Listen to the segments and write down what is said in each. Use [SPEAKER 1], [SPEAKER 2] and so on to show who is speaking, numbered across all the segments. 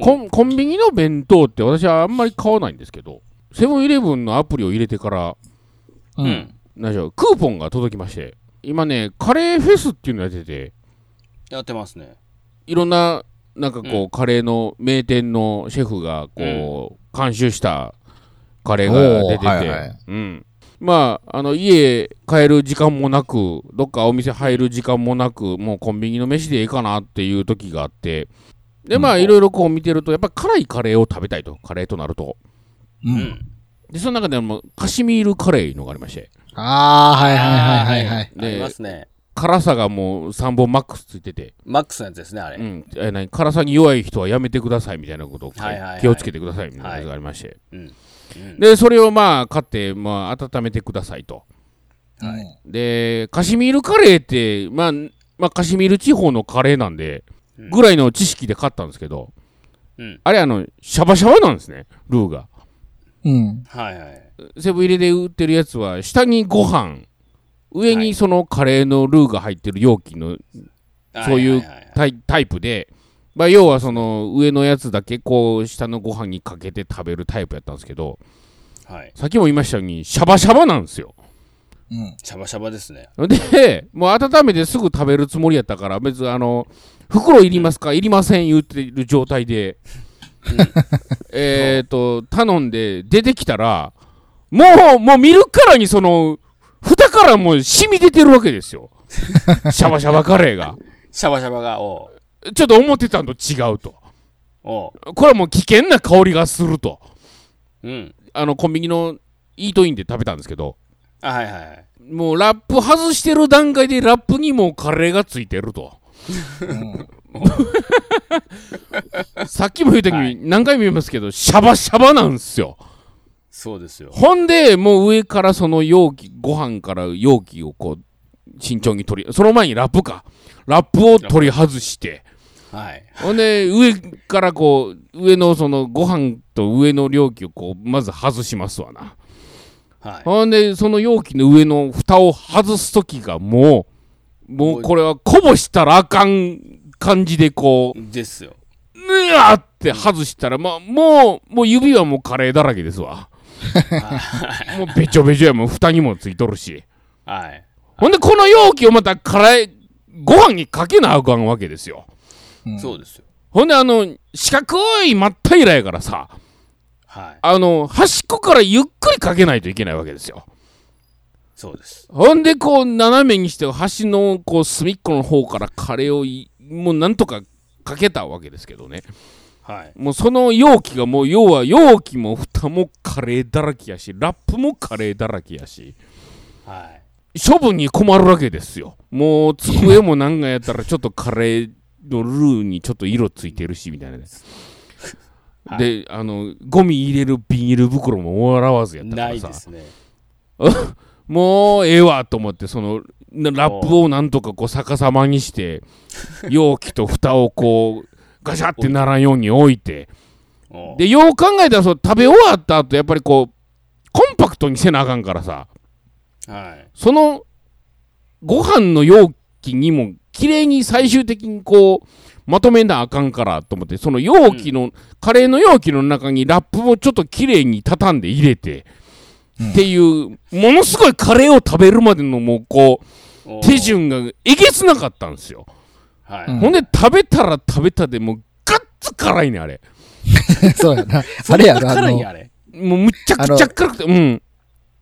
[SPEAKER 1] コンコンビニの弁当って私はあんまり買わないんですけど、セブンイレブンのアプリを入れてから、
[SPEAKER 2] うん。
[SPEAKER 1] 何でしょう、クーポンが届きまして、今ね、カレーフェスっていうのやってて、
[SPEAKER 2] やってますね。
[SPEAKER 1] いろんな、なんかこう、
[SPEAKER 2] う
[SPEAKER 1] カレーの名店のシェフが、こう、監修したカレーが出てて、
[SPEAKER 3] おーはいはい
[SPEAKER 1] うん。まあ、あの、家帰る時間もなく、どっかお店入る時間もなく、もうコンビニの飯でいいかなっていう時があって、で、まあ、
[SPEAKER 3] うん
[SPEAKER 1] いろいろこう見てると、やっぱ辛いカレーを食べたいと、カレーとなると。
[SPEAKER 3] う。
[SPEAKER 2] うんん。
[SPEAKER 1] で、その中でも、カシミールカレーいうのがありまして、
[SPEAKER 3] ああ、はいはいはいはいはい。
[SPEAKER 2] ありま
[SPEAKER 1] で、
[SPEAKER 2] すね。
[SPEAKER 1] 辛さがもう3本マックスついてて、
[SPEAKER 2] マックスのやつですね、あれ。
[SPEAKER 1] うん、え何辛さに弱い人はやめてくださいみたいなことを書いて、
[SPEAKER 2] はいはいはい
[SPEAKER 1] 気をつけてくださいみたいなことがありまして、
[SPEAKER 2] うん。うん
[SPEAKER 1] でそれをまあ買って、まあ、温めてくださいと
[SPEAKER 2] は
[SPEAKER 1] でカシミールカレーって、まあまあ、カシミール地方のカレーなんで
[SPEAKER 2] うん
[SPEAKER 1] ぐらいの知識で買ったんですけど、
[SPEAKER 2] うん。
[SPEAKER 1] あれあのシャバシャバなんですねルーが
[SPEAKER 3] うん。
[SPEAKER 2] はいはい。
[SPEAKER 1] セブン入れで売ってるやつは下にご飯上
[SPEAKER 2] は
[SPEAKER 1] に
[SPEAKER 2] い
[SPEAKER 1] そのカレーのルーが入ってる容器のそういう
[SPEAKER 2] ははは
[SPEAKER 1] タイタイプで、まあ、要はその上のやつだけこう下のご飯にかけて食べるタイプやったんですけど
[SPEAKER 2] はい。はい。
[SPEAKER 1] さっきも言いましたようにシャバシャバなんですよ
[SPEAKER 3] うん。
[SPEAKER 2] シャバシャバですね。
[SPEAKER 1] でもう温めてすぐ食べるつもりやったから別にあの袋いりますかいりません言ってる状態で、えっと頼んで出てきたらもうもう見るからにその蓋からもう染み出てるわけですよシャバシャバカレーが
[SPEAKER 2] シャバシャバが、おう。
[SPEAKER 1] ちょっと思ってたんと違うと
[SPEAKER 2] お
[SPEAKER 1] これはもう危険な香りがすると
[SPEAKER 2] う。うん。
[SPEAKER 1] あのコンビニのイートインで食べたんですけど
[SPEAKER 2] あ、はいはいはい。
[SPEAKER 1] もうラップ外してる段階でラップにもうカレーがついてると
[SPEAKER 3] うん
[SPEAKER 1] さっきも言うたように、
[SPEAKER 2] はい
[SPEAKER 1] 何回も言いますけどシャバシャバなんですよ
[SPEAKER 2] そうですよ。
[SPEAKER 1] ほんでもう上からその容器ご飯から容器をこう慎重に取りその前にラップかラップを取り外して
[SPEAKER 2] はい。
[SPEAKER 1] ほんで上からこう上のそのご飯と上の容器をこうまず外しますわな
[SPEAKER 2] はい。
[SPEAKER 1] ほんで、その容器の上の蓋を外すときがもう、もうこれはこぼしたらあかん感じでこう、
[SPEAKER 2] ですよ。
[SPEAKER 1] ぬやーって外したら、まあ、もう、もう指はもうカレーだらけですわ。もうべちょべちょやもん、蓋にもついとるし。
[SPEAKER 2] はい。
[SPEAKER 1] ほんで、この容器をまたカレー、ご飯にかけなあかんわけですよ。
[SPEAKER 3] うん
[SPEAKER 2] そうですよ。
[SPEAKER 1] ほんで、あの、四角い真っ平らやからさ、
[SPEAKER 2] はい。
[SPEAKER 1] あの、端っこからゆっくりかけないといけないわけですよ。
[SPEAKER 2] そうです。
[SPEAKER 1] ほんでこう斜めにして端のこう隅っこの方からカレーをいもうなんとかかけたわけですけどね
[SPEAKER 2] はい。
[SPEAKER 1] もうその容器がもう要は容器も蓋もカレーだらけやしラップもカレーだらけやし
[SPEAKER 2] はい。
[SPEAKER 1] 処分に困るわけですよもう机もなんかやったらちょっとカレーのルーにちょっと色ついてるしみたいなね
[SPEAKER 2] はい
[SPEAKER 1] であのゴミ入れるビニール袋も笑わずやったから
[SPEAKER 2] な
[SPEAKER 1] さ
[SPEAKER 2] いですね。
[SPEAKER 1] もうええわと思ってそのなラップをなんとかこう逆さまにして容器と蓋をこうガシャってならんように置いて
[SPEAKER 2] おう。
[SPEAKER 1] でよう考えたらその食べ終わった後やっぱりこうコンパクトにせなあかんからさ
[SPEAKER 2] はい。
[SPEAKER 1] そのご飯の容器にも綺麗に最終的にこうまとめなあかんからと思ってその容器の、カレーの容器の中にラップをちょっと綺麗に畳んで入れて、
[SPEAKER 3] うん
[SPEAKER 1] っていうものすごいカレーを食べるまでのもうこう
[SPEAKER 2] おう
[SPEAKER 1] 手。順がえげつなかったんですよ、
[SPEAKER 2] は
[SPEAKER 3] うん
[SPEAKER 2] い。
[SPEAKER 1] ほんで食べたら食べたでもうガッツ辛いねあれ
[SPEAKER 3] そう やな。あれやろ、あ
[SPEAKER 2] 辛いん
[SPEAKER 3] の
[SPEAKER 2] や、あれ。
[SPEAKER 1] もうむちゃくちゃ辛くてうん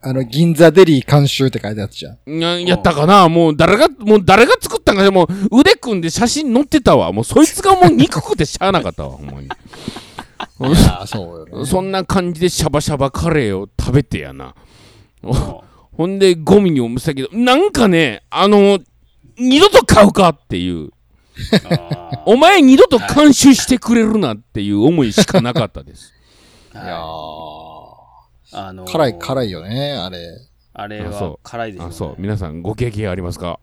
[SPEAKER 3] あの、銀座デリー監修って書いてあったじゃん。
[SPEAKER 1] ややったかなもう誰が、もう誰が作ったんかでもう腕組んで写真載ってたわ。もうそいつがもう憎くてしゃあなかったわ、 ほんまに。
[SPEAKER 3] あ、 そうよ
[SPEAKER 1] そんな感じでシャバシャバカレーを食べてやな。
[SPEAKER 2] おう
[SPEAKER 1] ほんでゴミにもむせたけど、なんかね、あの、二度と買うかっていう、
[SPEAKER 2] あ
[SPEAKER 1] お前二度と監修してくれるなっていう思いしかなかったです。
[SPEAKER 2] ー
[SPEAKER 3] いや
[SPEAKER 2] は
[SPEAKER 3] ー
[SPEAKER 2] いあのー
[SPEAKER 3] 辛い、辛いよね、あれ。
[SPEAKER 2] あれ
[SPEAKER 1] あそ
[SPEAKER 2] は辛いでしょう
[SPEAKER 1] あ、
[SPEAKER 2] ね。
[SPEAKER 1] そう、皆さんご経験ありますか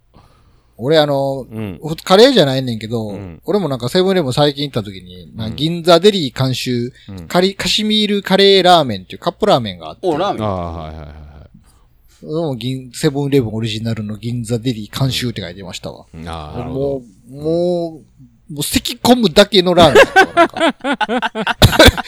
[SPEAKER 3] 俺あの、
[SPEAKER 1] うん。
[SPEAKER 3] ほカレーじゃないねんけど、
[SPEAKER 1] うん
[SPEAKER 3] 俺もなんかセブンイレブン最近行った時に、な
[SPEAKER 1] うん
[SPEAKER 3] 銀座デリー監修、
[SPEAKER 1] うん
[SPEAKER 3] カリ、カシミールカレーラーメンっていうカップラーメンがあって、
[SPEAKER 2] お、ラー
[SPEAKER 1] あ
[SPEAKER 2] メン。
[SPEAKER 1] あ、はいはいはいは
[SPEAKER 3] それも銀セブンイレブンオリジナルの銀座デリー監修って書いてましたわ。
[SPEAKER 1] い。ああ、なるほど。
[SPEAKER 3] もう、もう、もう咳込むだけのラーメンだったわなんか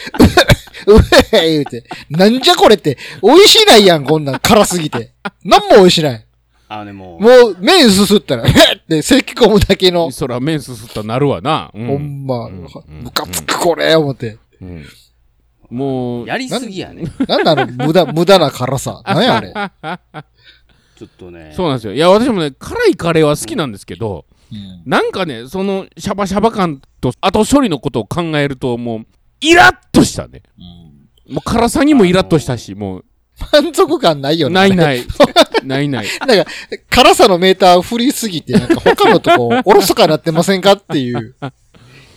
[SPEAKER 3] うえ言うて。なんじゃこれって、美味しないやん、こんなん辛すぎて。なんも美味しない。
[SPEAKER 2] あのね、もう、
[SPEAKER 3] もう、麺すすったら、えっって咳込むだけの、
[SPEAKER 1] そら、麺すすったらなるわな。う
[SPEAKER 3] ほんま、
[SPEAKER 1] うん
[SPEAKER 3] ムカつくこれ、思って。
[SPEAKER 1] うんもう、
[SPEAKER 2] やりすぎやね。
[SPEAKER 3] なんなの無駄、無駄な辛さ。なんやあれ。
[SPEAKER 2] ちょっとね。
[SPEAKER 1] そうなんですよ。いや、私もね、辛いカレーは好きなんですけど、
[SPEAKER 3] うん
[SPEAKER 1] なんかね、その、シャバシャバ感と、後処理のことを考えると、もう、イラッとしたね。もう辛さにもイラッとしたし、も
[SPEAKER 3] 満足感ないよ
[SPEAKER 1] う、
[SPEAKER 3] ね。
[SPEAKER 1] ないない。ないない。
[SPEAKER 3] なんか、辛さのメーター振りすぎて、なんか他のとこ、おろそかなってませんかって いう。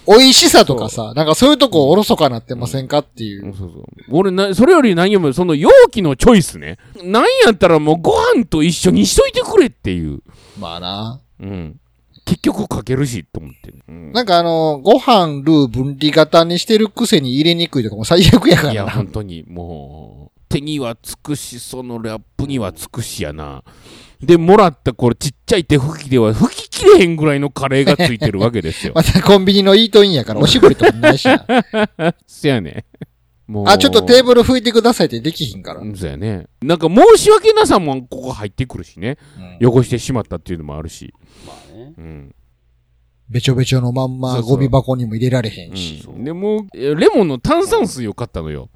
[SPEAKER 3] 美味しさとかさ、なんかそういうとこおろそかなってませんかってい
[SPEAKER 1] そう
[SPEAKER 3] う。
[SPEAKER 1] そう俺な、それより何よりも、その容器のチョイスね。なんやったらもうご飯と一緒にしといてくれっていう。
[SPEAKER 3] まあな。
[SPEAKER 1] うん。結局かけるし、と思って、ね。うん
[SPEAKER 3] なんかあの、ご飯ルー分離型にしてるくせに入れにくいとかもう最悪や か
[SPEAKER 1] い
[SPEAKER 3] ら
[SPEAKER 1] や、
[SPEAKER 3] な。
[SPEAKER 1] 本当に、もう、手にはつくし、そのラップにはつくしやな。で、もらった、これ、ちっちゃい手拭きでは拭ききれへんぐらいのカレーがついてるわけですよ
[SPEAKER 3] 。またコンビニのイートインやからおしぼりとかもない しな。
[SPEAKER 1] せやね。もう
[SPEAKER 3] あ、ちょっとテーブル拭いてくださいってできひんから。
[SPEAKER 1] うんそうやね。なんか申し訳なさもここ入ってくるしね。
[SPEAKER 3] うん
[SPEAKER 1] 汚してしまったっていうのもあるし。
[SPEAKER 2] まあね。
[SPEAKER 1] うん。
[SPEAKER 3] べちょべちょのまん
[SPEAKER 1] そ
[SPEAKER 3] ま
[SPEAKER 1] うそう
[SPEAKER 3] ゴミ箱にも入れられへんし。
[SPEAKER 1] うん、でもうえレモンの炭酸水を買ったのよ。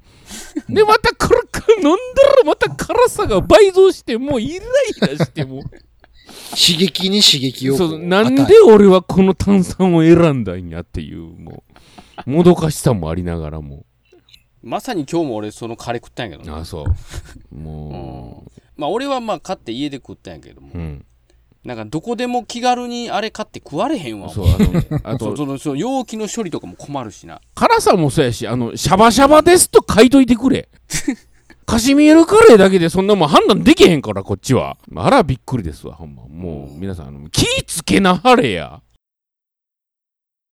[SPEAKER 1] でまたくるくる飲んだらまた辛さが倍増してもうイライラしてもう
[SPEAKER 3] 刺激に刺激をこ。
[SPEAKER 1] そううなん
[SPEAKER 3] 与え
[SPEAKER 1] で俺はこの炭酸を選んだんやっていうもうもどかしさもありながらも
[SPEAKER 2] まさに今日も俺そのカレー食ったんやけどね
[SPEAKER 1] あそうも
[SPEAKER 2] まあ俺はまあ買って家で食ったんやけども
[SPEAKER 1] う、う。ん、
[SPEAKER 2] なんかどこでも気軽にあれ買って食われへんわ。
[SPEAKER 1] そうあのあ
[SPEAKER 2] そう
[SPEAKER 1] と
[SPEAKER 2] そのその容器の処理とかも困るしな。
[SPEAKER 1] 辛さもそうやしあのシャバシャバですと書いといてく れカシミールカレーだけでそんなもん判断できへんからこっちはあらびっくりですわほんまもう皆さんあの気ぃつけなはれや